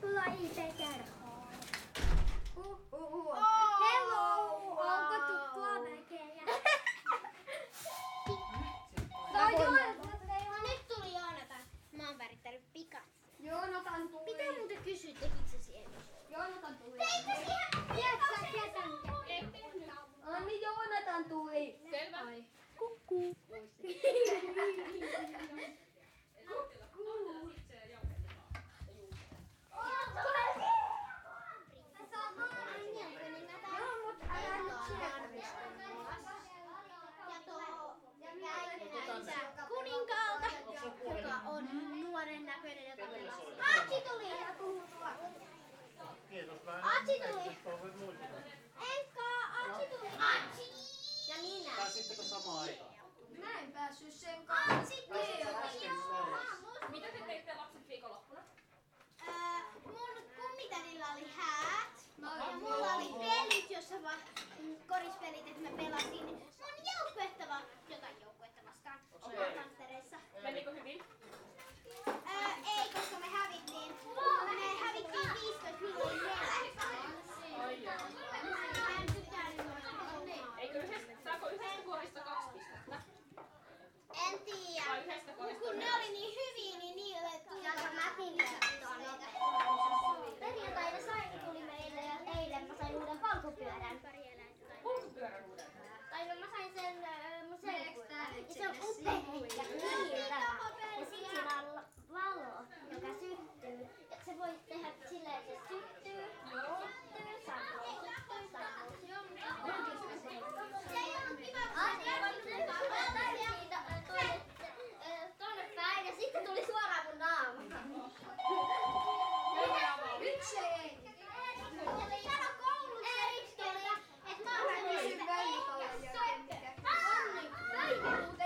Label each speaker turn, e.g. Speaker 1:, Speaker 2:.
Speaker 1: 플라이 세자르. 우우. 헬로. 어그 두꺼워 날게야.
Speaker 2: No
Speaker 1: No
Speaker 2: joo.
Speaker 1: joo.
Speaker 3: Nyt tuli Joonatan. Mä oon värittänyt Picasso.
Speaker 1: Joonatan tuli.
Speaker 3: Pitää muuten kysyä, tekikö se siellä?
Speaker 1: Joonatan tuli.
Speaker 3: Teikö siihen?
Speaker 1: Tiedätkö, sä, tiedätkö mikä?
Speaker 3: Ei tehnyt.
Speaker 1: Anni Joonatan tuli.
Speaker 2: Selvä.
Speaker 1: Joo, mutta älä nyt siellä.
Speaker 3: Kuninkaalta, joka on nuoren näköinen, joka pelaa. Aatsi tuli!
Speaker 4: Kiitos vähän.
Speaker 3: Atsi tuli.
Speaker 4: Toivoit muistaa.
Speaker 3: Enkä, Aatsi tuli! Aatsi! Ja minä.
Speaker 4: Pääsittekö samaan aikaan?
Speaker 1: Mä en päässyt sen
Speaker 3: Aatsi tuli!
Speaker 4: Pääsitkö äsken
Speaker 3: Joo!
Speaker 2: Mitä te teitte lapset viikonloppuna?
Speaker 3: Ää, mun kummitädillä oli häät.
Speaker 1: Mä
Speaker 3: Ja mulla oli pelit, jossa mä, mm, korispelit, että mä pelasin mun joukkuetta va- jotain joukkuetta vastaan. Kantereissa.
Speaker 2: Menikö hyvin?
Speaker 3: Ää, ei, koska me hävittiin. Me hävittiin 15 miljoonaa.
Speaker 2: Ai joo.
Speaker 3: Mä en tykännyt noista hommaa.
Speaker 2: Eikö yhdestä, saako yhdestä korista kaksi pistettä?
Speaker 3: En tiedä.
Speaker 2: Vai yhdestä korista?
Speaker 3: Kun ne oli niin hyviä, niin niille tuli mätin
Speaker 1: Perjantaina Saini tuli meille ja eilen mä sain uuden polkupyörän.
Speaker 2: Kulkupyörän uudelleen.
Speaker 1: Tai no mä sain sen äh, mun selkuilla. Ja se on upea ja
Speaker 3: Niitä
Speaker 1: kiiltävä.
Speaker 3: hopeita.
Speaker 1: Ja sit sillä on la- valo, joka syttyy. Ja se voi tehdä silleen, että se syttyy, syttyy, sammuu, syttyy, sammuu.
Speaker 3: Se ei ollut kiva, kun se ei ollut
Speaker 1: Tuonne päin ja sitten tuli suoraan mun naama. Nyt se ei.
Speaker 3: Sano koulussa Erikseltä, että mä oon
Speaker 1: Mä kysyn välipaloja,
Speaker 3: Erikseltä.
Speaker 1: mikä-
Speaker 3: Onni, välipalu